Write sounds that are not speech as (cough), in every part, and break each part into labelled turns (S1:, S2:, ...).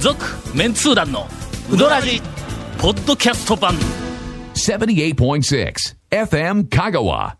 S1: 続メンツー団のウドラジポッドキャスト版
S2: 78.6 FM Kagawa.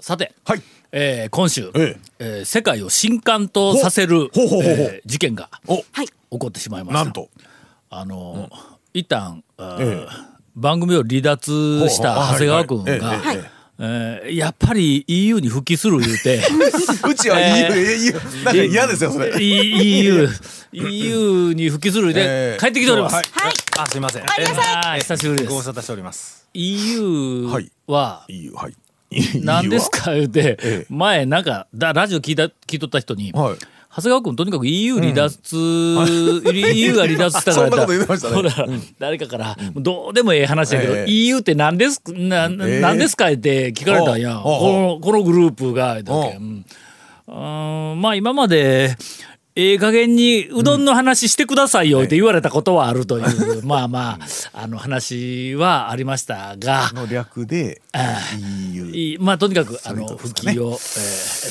S1: さて、
S3: はい
S1: えー今週、え
S3: え
S1: ー世界を震撼とさせる
S3: ほほほほ
S1: えー事件が
S3: お
S4: はい。
S1: 起こってしまいました
S3: なんと
S1: あの、一旦、あー
S3: え
S1: 番組を離脱した
S3: ほうほう
S1: 長谷川君が、
S3: はいはいえええ
S1: えーやっぱり EU に復帰する言うて
S3: うちは
S1: えー
S3: EU、えー、なんか (laughs) 嫌ですよそれ
S1: EU, EU に復帰する言うて、
S3: ええ
S1: 帰ってきております。
S5: はい。あ、すみません。
S4: りなさい
S1: あー久しぶりで
S5: ご無
S1: す
S5: 沙汰しております。
S1: EU
S3: はい
S1: は
S3: EU はい
S1: 何ですか言うて、
S3: ええ
S1: 前なんかだラジオ聞いた聞いとった人に、
S3: はい
S1: 長谷川君とにかく EU 離脱、EU が離脱したから
S3: (laughs) そんなこと言ってましたね
S1: ほら誰かから、どうでもええ話やけど、
S3: ええ EU
S1: EU って何ですかな、な
S3: ええ
S1: 何ですかって聞かれたんや
S3: ああああ
S1: このこのグループがだけ
S3: ああ
S1: うんあーまあ今までええ加減にうどんの話してくださいよって言われたことはあるという、まあまああの話はありましたが、
S3: の略で EU
S1: いいまあとにかくあ
S3: ういう
S1: の
S3: ことで
S1: 復
S3: すかね
S1: 帰を、えー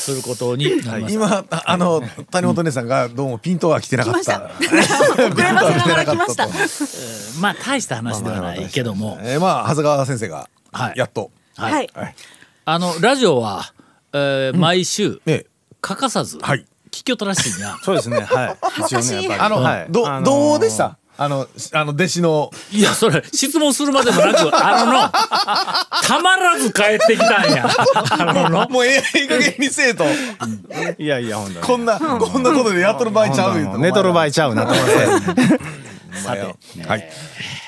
S1: することになりました。
S3: 今ああの谷本姉さんがどうもピントは来てなかっ
S4: 来ましたた。遅ればせながら来ました。
S1: まあ大した話ではないけども、
S3: えーまあ長谷川先生が
S1: はい
S3: やっと
S1: はい
S4: はい。
S3: はい
S1: あのラジオは、えー毎週
S3: ね
S1: 欠かさず
S3: はい
S1: 聞きよったらしいんや。
S5: そうですね。はい。一応ね、やっぱり。
S3: あの
S5: はい
S3: ど
S5: あのー
S3: どうでしたあのしあの弟子の
S1: いやそれ質問するまでもなくあのの
S3: (laughs)
S1: たまらず帰ってきたんや。あのの
S3: もうええ加減にせえと
S5: (laughs) いやいや、ほんとに。
S3: こんなこんなことでやっとる場合ちゃうよ
S5: ほんと寝とる場合ちゃうなと思って。
S3: さてはい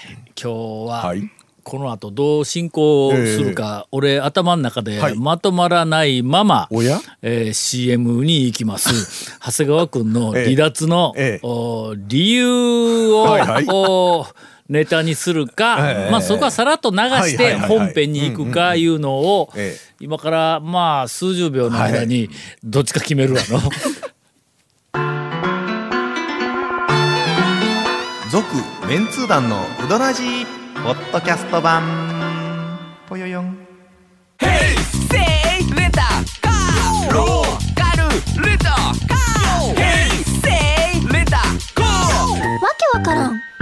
S1: 今日は、
S3: はい
S1: この後どう進行するか、俺頭の中で
S3: はい
S1: まとまらないまま、
S3: おや
S1: えー CM に行きます
S3: (laughs)
S1: 長谷川君の離脱の、
S3: ええ
S1: おー理由を、
S3: はいはい
S1: おーネタにするか、
S3: ええ
S1: まあ、そこはさらっと流し
S3: はい
S1: て
S3: はいはいはい
S1: 本編に行くかいうのを、
S3: うんうんうんええ
S1: 今からまあ数十秒の間にどっちか決めるわの。
S5: 続メンツー団のうどらじポッドキャスト版ぽよよん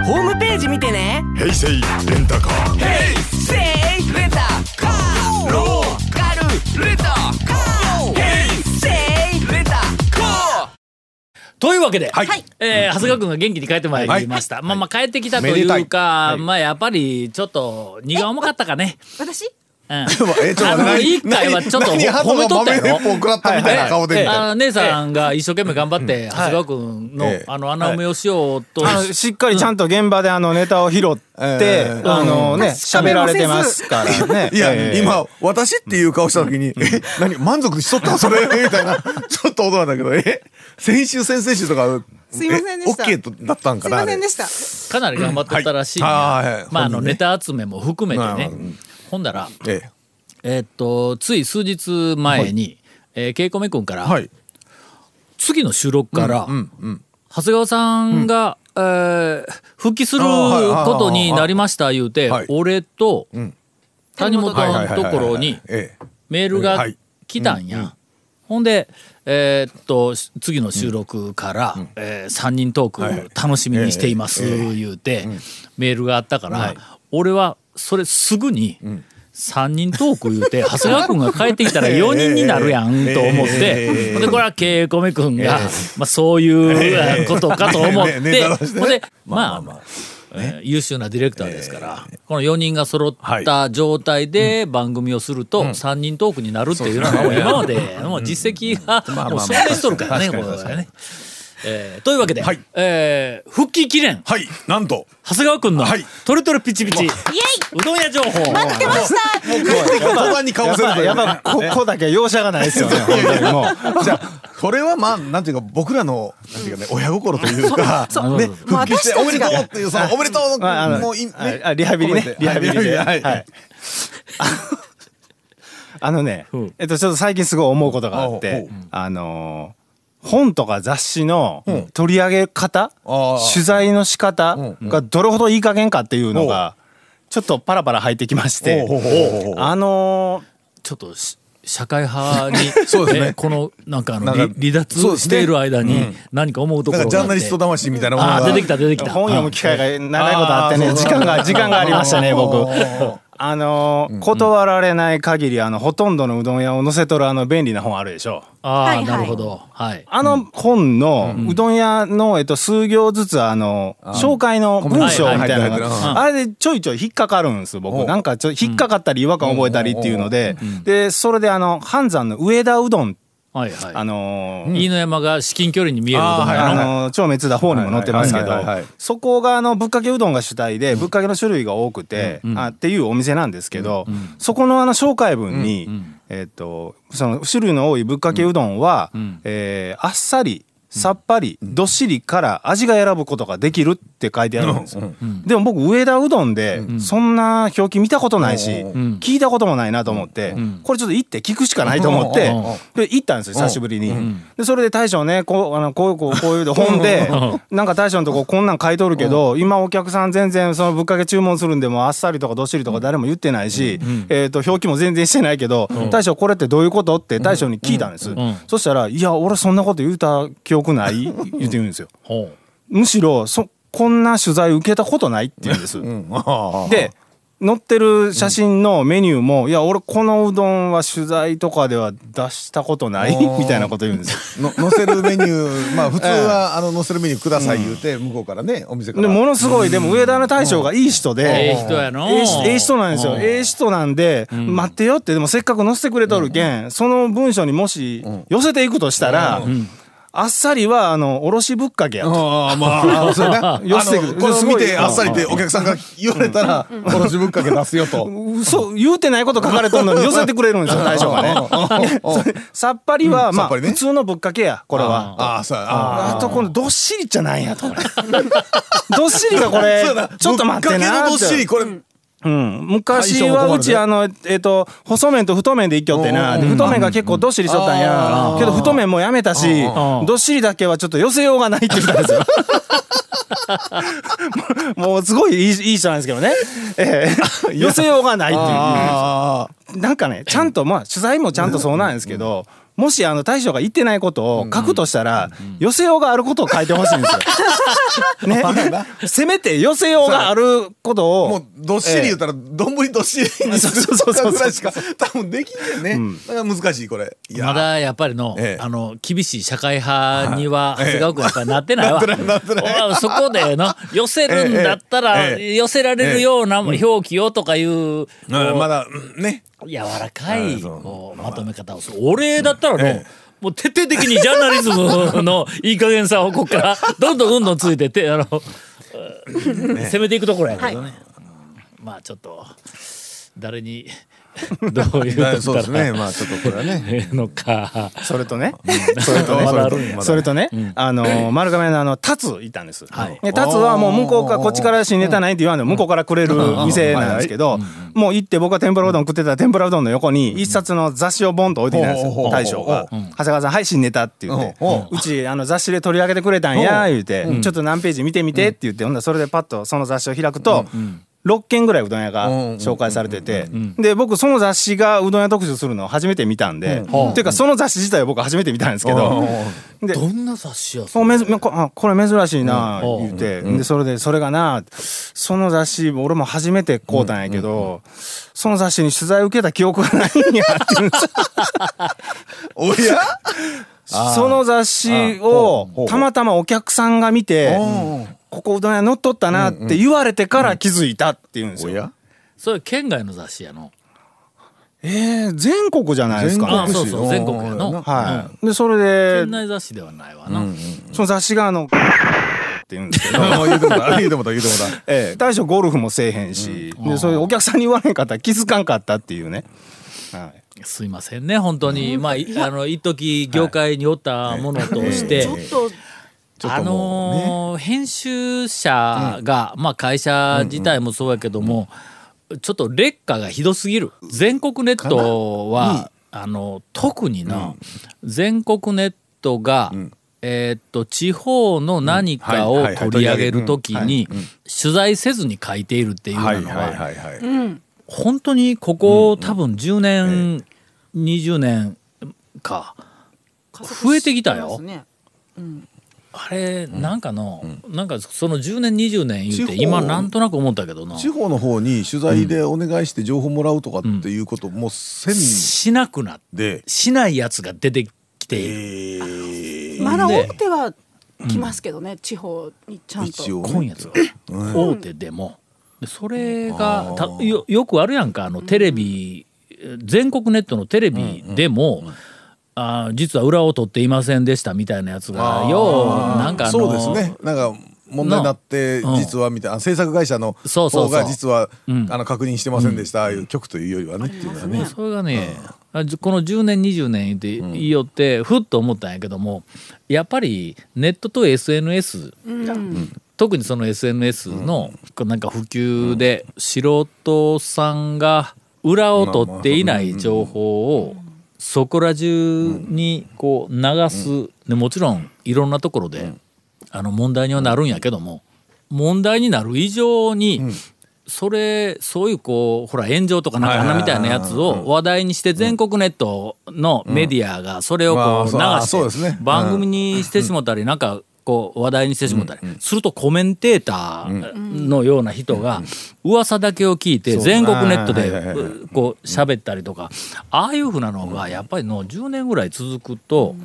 S6: ホームページ見てね
S7: 平成レンタカー
S6: せいレタカーローカルレタカーヘイセイレタカ
S1: というわけで、
S3: はい
S1: えー長谷川君が元気に帰ってまいりました、まあまあ帰ってきたとい
S3: め
S1: う
S3: でた
S1: か、まあやっぱりちょっと荷が重かったかね、
S4: 私
S3: (laughs)
S1: うん、
S3: でもえちょっ
S1: あ
S3: と
S1: の
S3: 待って
S1: 一回はちょっと
S3: 何何
S1: 褒めとったやろ
S3: 鳩が豆鉄砲食らったみたいな顔でみたい
S1: あ
S3: な
S1: の姉さんが一生懸命頑張って、長谷川君の、
S3: ええ
S1: あの穴埋めをしようと、
S5: あのしっかりちゃんと現場であのネタを拾って、
S3: えー
S5: あのね
S4: 確かに
S5: 喋られてますからね
S3: いや、
S5: えー
S3: 今、私っていう顔した時に、え、何、満足しとっ
S1: (laughs)
S3: たそれみたいな、ちょっと驚いたけど、え、先週、先々週とか、
S4: すいませんでした
S3: え OK だったん
S4: す
S3: か
S4: い
S3: な
S4: ませんで
S3: し
S4: した。
S1: かなり頑張ってたらしいんや、
S3: はいはいはい
S1: まああの
S3: 本人ね
S1: ネタ集めも含めてね、
S3: う
S1: ほんだら、
S3: た。ええ
S1: えーっとつい数日前に、えー、ケイコメ君から、
S3: はい。
S1: 次の収録から、
S3: うん、うん。
S1: 長谷川さんが、えー復帰する
S3: あーはいはい
S1: ことになりました言うて、
S3: はい
S1: 俺と
S3: ん
S1: 谷本
S3: はいはいはい
S1: の
S3: は
S1: と
S3: いはい
S1: ころに
S3: ええ
S1: メールが
S3: はい
S1: 来たんや。ほんで、えーっとし次の収録から、え3人トーク楽しみにしています言うて、メールがあったから、俺はそれすぐに3人トーク言うて長谷川君が帰ってきたら4人になるやんと思って、
S3: ええ
S1: ほんでこれは恵子め君が、まあ、そういうことかと思っ
S3: ねねね
S1: て、
S3: だらしてね
S1: ほんでま
S3: ま
S1: あ
S3: あまあ
S1: えー優秀なディレクターですから、この4人が揃った状態で番組をすると3人トークになるっていうのはもう今までもう実績が
S3: あ
S1: もう
S3: まあ
S1: 証明しとるからねこれはね。えーというわけで、
S3: はい
S1: えー復帰記念
S3: はい、なんと、
S1: 長谷川君の
S3: はい
S1: トレトレピチピチ、
S4: イエ
S1: うどん屋情報
S4: イ出まし
S3: もう帰
S4: た
S3: ってきた途端に顔
S5: やっ
S3: せる
S5: ぱ
S3: という
S5: やっぱここだけ容赦がないですよね本当にもう
S3: じゃあ、これはまあ、なんていうか、僕らの、なんていうかね、親心というか、ね、復帰して、おめでとうっていう、その、おめでとう
S5: まああ
S3: の、
S5: の
S3: もうい、
S5: はい
S3: ね、
S5: あリハビリ
S3: 込め
S5: ね
S3: て
S5: リハビリで
S3: はい
S5: はいあのね
S1: ん
S5: えっとちょっと最近すごい思うことがあっ
S3: おう
S5: て
S3: おう
S5: あのー本とか雑誌の取り上げ方
S3: あー
S5: 取材の仕方
S3: う
S5: がどれほどいい加減かっていうのがちょっとパラパラ入ってきまして
S3: おうおうおうおう
S5: あのー
S1: ちょっとし社会派に
S3: そうですね
S1: えこのなんかあの
S3: なんか
S1: 離離脱
S3: そうです
S1: し
S3: ね
S1: ている間に何か思うとこ
S3: なん
S1: ろ
S3: かジ
S1: があ
S3: ャー
S1: っ
S3: ナ
S1: て
S3: リスト魂みたいなものが
S1: あー出てきた出てきた
S8: 本読む機会が長いことあって
S3: あ
S8: ね
S3: ー
S8: 時間が時間がありましたね僕あの断られない限りあのほとんどのうどん屋を載せとるあの便利な本あるでしょ
S1: あ
S4: は
S1: あ
S4: いはい
S1: なるほどはい
S8: あの本のうどん屋のえっと数行ずつあの紹介の文章みたいなの
S3: はいはいはい
S8: があれでちょいちょい引っかかるんです
S3: お
S8: 僕なんかちょい引っかかったり違和感覚えたりっていうのででそれであの半山の上田うどん
S1: はいはい
S8: あのー
S1: 飯野山が至近距離に見えるうどん屋の
S3: あーはい
S8: あの超滅だ方にも載ってますけど
S3: はいはいはいはい
S8: そこがあのぶっかけうどんが主体でぶっかけの種類が多くて、あっていうお店なんですけど、そこのあの紹介文に、えっとその種類の多いぶっかけうどんは、えーあっさりさっぱり、どっしりから味が選ぶことができるって書いてあるんですよ、でも僕上田うどんでそんな表記見たことないし、
S1: ん
S8: 聞いたこともないなと思って、これちょっと行って聞くしかないと思って、
S1: うん
S8: で行ったんですよ久しぶりに、でそれで大将ねこうあのこういうこうこう
S1: (laughs)
S8: いうの本でなんか大将のとここんなん書いとるけど今お客さん全然そのぶっかけ注文するんでもあっさりとかどっしりとか誰も言ってないし、えー、と表記も全然してないけど、大将これってどういうことって大将に聞いたんです、
S1: ん
S8: そしたら「いや俺そんなこと言うた記憶ない」言って言うんですよ。
S1: ほう
S8: むしろそこんな取材受けたことないって言う
S1: (laughs)
S8: んです。で載ってる写真のメニューも「いや俺このうどんは取材とかでは出したことない」みたいなこと言うんですよ。
S3: の載せるメニューまあ普通はあの載せるメニューください言うて向こうからねお店か
S8: で
S3: ら
S8: ものすごいでも上田の大将がいい人
S1: え
S8: で
S1: え人やの
S8: ええしええ人なんですよええ人なんで待ってよってでもせっかく載せてくれとるけんその文章にもし寄せていくとしたらあっさりはあのおろしぶっかけやと。
S3: ああまあそれな
S8: 寄せて
S3: あ
S8: く
S3: の
S8: る
S3: これを見て
S8: すごい
S3: あっさりってお客さんが言われたらこの自分かけ出すよと
S8: 嘘言うてないこと書かれとるのに寄せてくれるんですよ大将がねさっぱり
S3: さ
S8: はま
S3: っ
S8: あ
S3: ぱりね
S8: 普通のぶっかけやこれは
S3: ああそうやあ
S8: あとこのどっしりじゃないやとこれどっしりがこれ
S3: そうやな
S8: ちょっと待ってな
S3: ぶっかけのどっし
S8: っ
S3: り
S8: て
S3: これ
S8: うん昔
S3: 大将も困
S8: は
S3: るね
S8: うちあのえっと細麺と太麺で一挙ってなで太麺が結構どっしりしとったんやけど太麺もやめたしどっしりだけはちょっと寄せようがないって言ったん (laughs) ですよもうすごいいいいい人なんですけどね、ええ寄せようがないっていう。
S3: あ
S8: なんかねちゃんとまあ取材もちゃんとそうなんですけどもしあの大将が言ってないことを書くとしたら寄せようがあることを書いてほしいんですよ。 (laughs) ね、せめて寄せようがあること
S3: あ
S8: を
S3: もうどっしり言ったら丼どっしりにする
S8: そうそうそうそう
S3: ぐらいしか多分できんねんねだから難しいこれいや
S1: まだやっぱりの、
S3: ええ
S1: あの厳しい社会派には長谷川君はやっぱりなってないわ。
S3: ええなってないな (laughs) ってない
S1: 俺はそこでの寄せるんだったら、
S3: (laughs) ええええ
S1: 寄せられるような表記をとかいう、こう
S3: うんまだうんね
S1: 柔らか
S3: あ
S1: い
S3: あそう
S1: こうまとめ方をする。俺だったらの、
S3: え
S1: もう徹底的にジャーナリズムのいい加減さをここ (laughs) からどんどんどんどんついてってあの、攻めていくところやけどね。まあちょっと誰に (laughs) どういうと
S3: そうです
S1: から
S3: ねまあちょっとこれはね
S1: ええのか。
S8: それとね
S3: それと
S1: (laughs) まだある
S3: まだ
S8: それとね、あのー丸亀のあのタツいたんです。
S1: はい
S8: でタツはもう向こうからこっちから新ネタないって言わんでも向こうからくれる店なんですけど、もう行って僕が天ぷらうどん食ってた天ぷらうどんの横に一冊の雑誌をボンと置いてきたんです
S3: ほうほうほ
S8: よ
S3: う
S8: 大将が「長谷川さんはい新ネタ」って言って
S3: ほうほ
S8: 「うちあの雑誌で取り上げてくれたんや」言うて「ちょっと何ページ見てみて」って言ってほんならそれでパッとその雑誌を開くと。6軒ぐらいうどん屋が紹介されててで僕その雑誌がうどん屋特集するのを初めて見たんでっていうかその雑誌自体を僕初めて見たんですけどで
S1: どんな雑誌やそ
S8: お
S1: れ
S8: めずこあこれ珍しいな
S1: うん
S8: 言うて、でそれでそれがなその雑誌俺も初めて買うたんやけど、その雑誌に取材受けた記憶がないんやって (laughs) 言うんです
S3: おや
S8: その雑誌をたまたまお客さんが見て「ここうどん屋乗っとったな」って言われてから気づいたって言うんですよ。
S1: それ県外の雑誌やの。
S8: えー全国じゃないですか
S1: あ
S8: ね。
S1: そうそう全国やの。
S8: はい、でそれで
S1: 県内雑誌ではないわな。
S8: その雑誌があの「 (laughs) って言うんですけど。
S3: もう言うて
S1: (laughs)
S3: もだ言うてもだ言うてもだ
S8: (laughs) ええ、大将ゴルフもせえへんし、でそういうお客さんに言われんかったら気づかんかったっていうね、はい、
S1: すいませんね本当に、まあいあの一時業界におったものとして。
S4: と
S1: あのー編集者が、まあ会社自体もそうやけども、ちょっと劣化がひどすぎる全国ネットは、あの特にな、全国ネットが、えーっと地方の何か
S3: うん
S1: を
S3: はいはいはい
S1: 取り上げるときに取材せずに書いているっていうの
S3: はい
S1: は
S3: はいはいはい
S4: うん
S1: 本当にここ多分10年20年か
S4: 加速
S1: 増えてきたよ
S4: してますね
S1: あれなんかの、なんかその10年20年言うて
S3: 地方
S1: 今なんとなく思ったけどな
S3: 地方の方に取材でお願いして情報もらうとかっていうこともせん
S1: しなくなっ
S3: で、
S1: しないやつが出てきている、
S3: えー
S4: まだ
S1: で
S4: 大手は来ますけどね、地方にちゃん
S3: 一
S4: と。
S3: 応ね
S1: 今夜とか大手でもでそれがたよよくあるやんかあのテレビ、全国ネットのテレビでも、あー実は裏を取っていませんでしたみたいなやつがようなんかあの
S3: そうですねなんか問題になって
S1: うん
S3: 実はみたいな制作会社の
S1: そうそうそう
S3: 方が実は
S1: うん
S3: あの確認してませんでしたああいう局というよりはねっていうのはね
S1: それがね、あじこの10年20年で言いよってふっと思ったんやけどもやっぱりネットと SNS が、特にその SNS のこうなんか普及で素人さんが裏を取っていない情報をそこら中にこう流すでもちろんいろんなところであの問題にはなるんやけども問題になる以上に、それそういうこうほら炎上とかなんかあんなみたいなやつを話題にして全国ネットのメディアがそれを
S3: ま
S1: こ
S3: あ
S1: う流
S3: そうあそうで
S1: し
S3: す
S1: て
S3: ね
S1: 番組にしてしもたりなんかこう話題にしてしもたりするとコメンテーターのような人が噂だけを聞いて全国ネットで
S3: あーはいはいはいう
S1: こう喋ったりとかああいうふうなのがやっぱりの10年ぐらい続くと。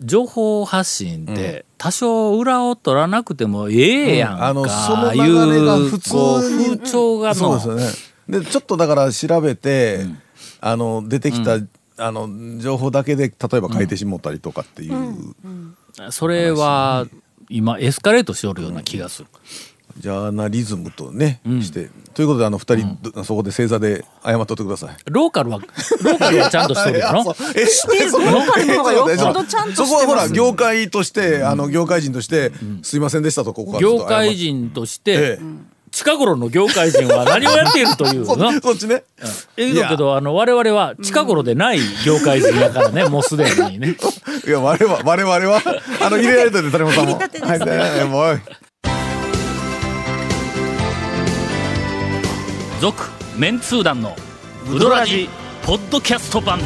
S1: 情報発信で多少裏を取らなくてもええやんか、
S3: あのその流れが普通
S1: こう
S3: に
S1: 風潮が
S3: そう
S1: の
S3: ですよねでちょっとだから調べてあの出てきたあの情報だけで例えば変えてしもったりとかっていう
S1: それは今エスカレートしておるような気がする、
S3: ジャーナリズムとねしてということであの二人どそこで正座で謝っとってください
S1: ローカルはローカルはちゃんとしておるよ
S3: いや
S1: な
S3: そうえ
S4: してる
S3: そう
S4: 業界の方がよっぽど
S3: え
S4: ちゃんとして
S3: そ
S4: ます
S3: こはほら業界としてあの業界人としてすいませんでしたとここはちょ
S1: 業
S3: っと謝っ
S1: 界人として
S3: ええ
S1: 近頃の業界人は何をやっているという
S3: (laughs) そ
S1: な
S3: そっちね
S1: ええだけどあの我々は近頃でない業界人だ
S3: (laughs)
S1: からね、もうすでにね
S3: いや我々は我々はあの入れられたで谷本さんも
S4: 入りたてですね
S3: はいねもうおい
S1: 続メンツー団のウドラジポッドキャスト版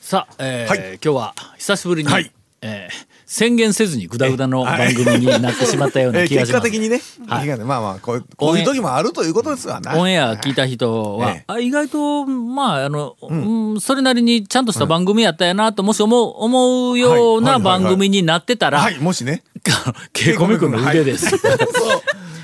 S1: さあ、えー
S3: はい
S1: 今日は久しぶりに、
S3: はい
S1: えー宣言せずにグダグダの番組になってしまったよう
S3: え
S1: な
S3: ー
S1: 気がし
S3: 結
S1: ま
S3: 果
S1: す。
S3: 的にね
S1: はい
S3: いやねまあまあこうこういう時もあるということですわな
S1: オンエア聞いた人は、
S3: ええ
S1: あ意外とまああの、うんそれなりにちゃんとした番組やったやなともし思う思うよう
S3: は
S1: ない
S3: はいはいはい
S1: 番組になってたら、
S3: はいもしね
S1: ケイコミ君の腕です。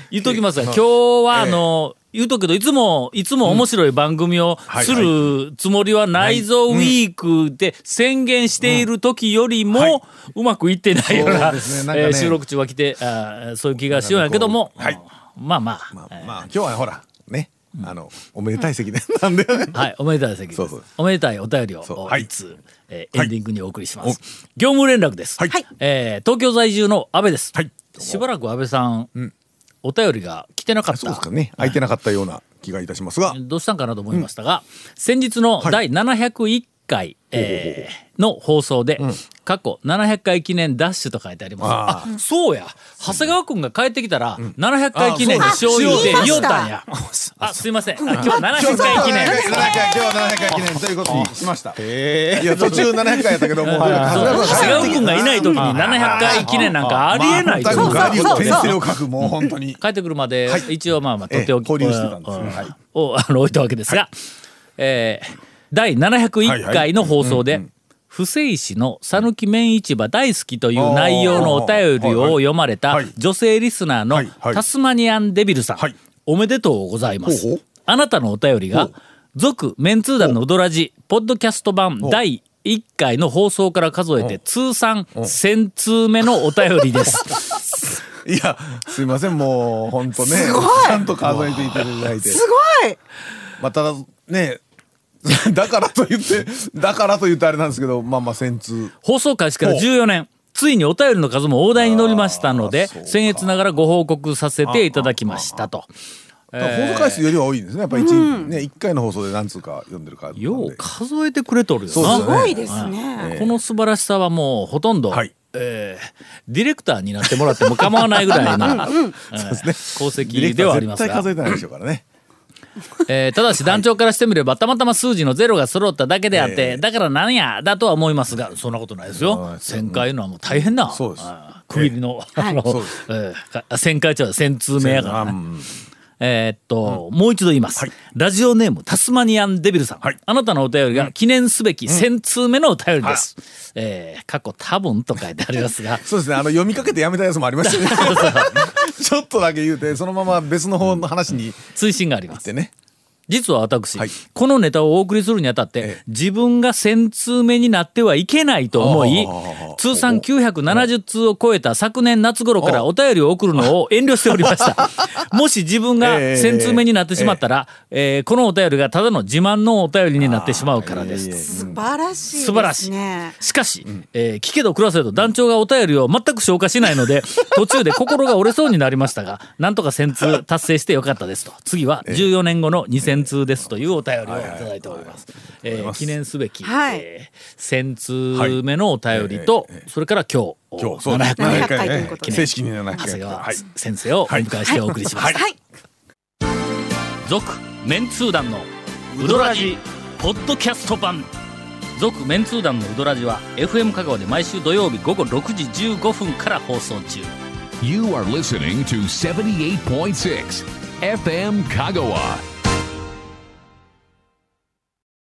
S1: 言っときますが、今日はあの、言うとくけど、いつも、いつも面白い番組を
S3: はい
S1: するつもりはないぞウィークで宣言している時より
S3: は
S1: も
S3: い、
S1: うまくいってないよう
S3: そ
S1: な
S3: うですねなんか
S1: え
S3: ね
S1: ー収録中は来て、あーそういう気がしようんやけども、
S3: なんかこ
S1: まあま
S3: (laughs) ま
S1: あ、
S3: あまあ今日はほらねあのおめでたい席でなんで
S1: はい、おめでたい席です
S3: そうそう
S1: おめでたいお便りを
S3: そうはい
S1: いつ、えー
S3: は
S1: エ
S3: い
S1: ンディングにお送りします、業務連絡です、
S3: はいはい
S1: えー東京在住の安倍です、
S3: はい
S1: しばらく安倍さん、お便りが来てなかった
S3: そうですかね空いてなかったような気がいたしますが
S1: どうしたんかなと思いましたが、先日の第701回、えーの放送で、過去700回記念ダッシュと書いてありますあそうや長谷川君が帰ってきたら、700回記念のしよう言うて言おうたんやあすいませんあ今日700回記念
S3: 今日は700回記念ということにしました
S8: え
S3: いや途中700回やったけども
S1: そ
S3: う
S1: う
S3: 長谷川さん
S1: 長谷川君がいない時に700回記念なんかありえないと
S3: 全
S1: いう
S3: くガリ
S1: こと
S3: を
S1: で
S3: 転生を書くもう本当に
S1: 帰ってくるまで
S3: はい
S1: 一応まあまあとっておき、
S3: ええ交流してたんですね
S1: うん
S3: はい
S1: をあの置いたわけですが、えー第701回の放送で不正市の讃岐麺市場大好きという内容のお便りを読まれた
S3: はいはい
S1: 女性リスナーの
S3: はいはい
S1: タスマニアンデビルさん、
S3: はい
S1: おめでとうございます
S3: ほうほう
S1: あなたのお便りが
S3: ほう
S1: 「続メンツー団のうどらじ」ポッドキャスト版
S3: う
S1: 第1回の放送から数えて通算1000通目のお便り
S3: (laughs)
S1: です。
S3: いやすいませんもう本当ねちゃんと数えていただいて
S4: すごい。
S3: まあただねだからと言ってだからと言ってあれなんですけどまあまあ先通
S1: 放送開始から
S3: ほう
S1: 14年ついにお便りの数も大台に乗りましたので
S3: あーそうか
S1: 僭越ながらご報告させていただきましたと
S3: だから放送回数よりは多いんですねやっぱり 1,、ね、一回の放送で何通か読んでるからなんで
S1: よう数えてくれとるよ
S3: そう
S1: な
S3: ですすね
S4: ごいですね。
S1: この素晴らしさはもうほとんど、
S3: はい
S1: ええーディレクターになってもらっても構わないぐらいなえ
S3: (laughs)
S1: ー功績ではあります
S3: 絶対
S1: が
S3: 数えてないでしょうからね。
S1: えーただし団長からしてみればたまたま数字のゼロが揃っただけであって、だからなんやだとは思いますがそんなことないですよ
S3: はい
S1: 旋回いうのはもう大変な
S3: そうです
S1: あー区切りの,、あの
S3: そうで
S1: えーか旋回ちゃう旋通目やから
S3: う
S1: な、
S3: ん
S1: えーっと、もう一度言います、ラジオネームタスマニアンデビルさん、あなたのお便りが記念すべき1000通目のお便りです、えー過去多分と書いてありますが
S3: そうですね。あの読みかけてやめたやつもありまし
S4: (laughs)
S3: たよね。ちょっとだけ言うて、そのまま別の方の話に行
S1: 追伸がありま
S3: っ
S1: す
S3: てね。
S1: 実は私、
S3: はい
S1: このネタをお送りするにあたって、
S3: ええ
S1: 自分が1000通目になってはいけないと思い
S3: ああ
S1: 通算970通を超えた昨年夏頃からお便りを送るのを遠慮しておりましたもし自分が
S3: ええ
S1: 1000通目になってしまったら、えーこのお便りがただの自慢のお便りになってしまうからです、
S4: 素晴らしいですね。
S1: 素晴らしいしかし、えー聞けど暮らせど団長がお便りを全く消化しないの (laughs) で途中で心が折れそうになりましたがなんとか1000通達成してよかったですと次は14年後の2000通ですというお便りをいただいておりますえー記念すべき、
S4: はい
S1: えー1000通目のお便りと、それから今日
S3: 今日そう
S1: 700回
S4: 回700回ということで
S3: 正式に700
S1: 長
S3: 回
S1: 谷川
S3: はい。
S1: 先生をお迎えしてお送りします
S4: はい。
S1: 続メンツー団のウドラジポッドキャスト版続メンツー団のウドラジは FM 香川で毎週土曜日午後6時15分から放送中
S2: You are listening to 78.6 FM Kagawa.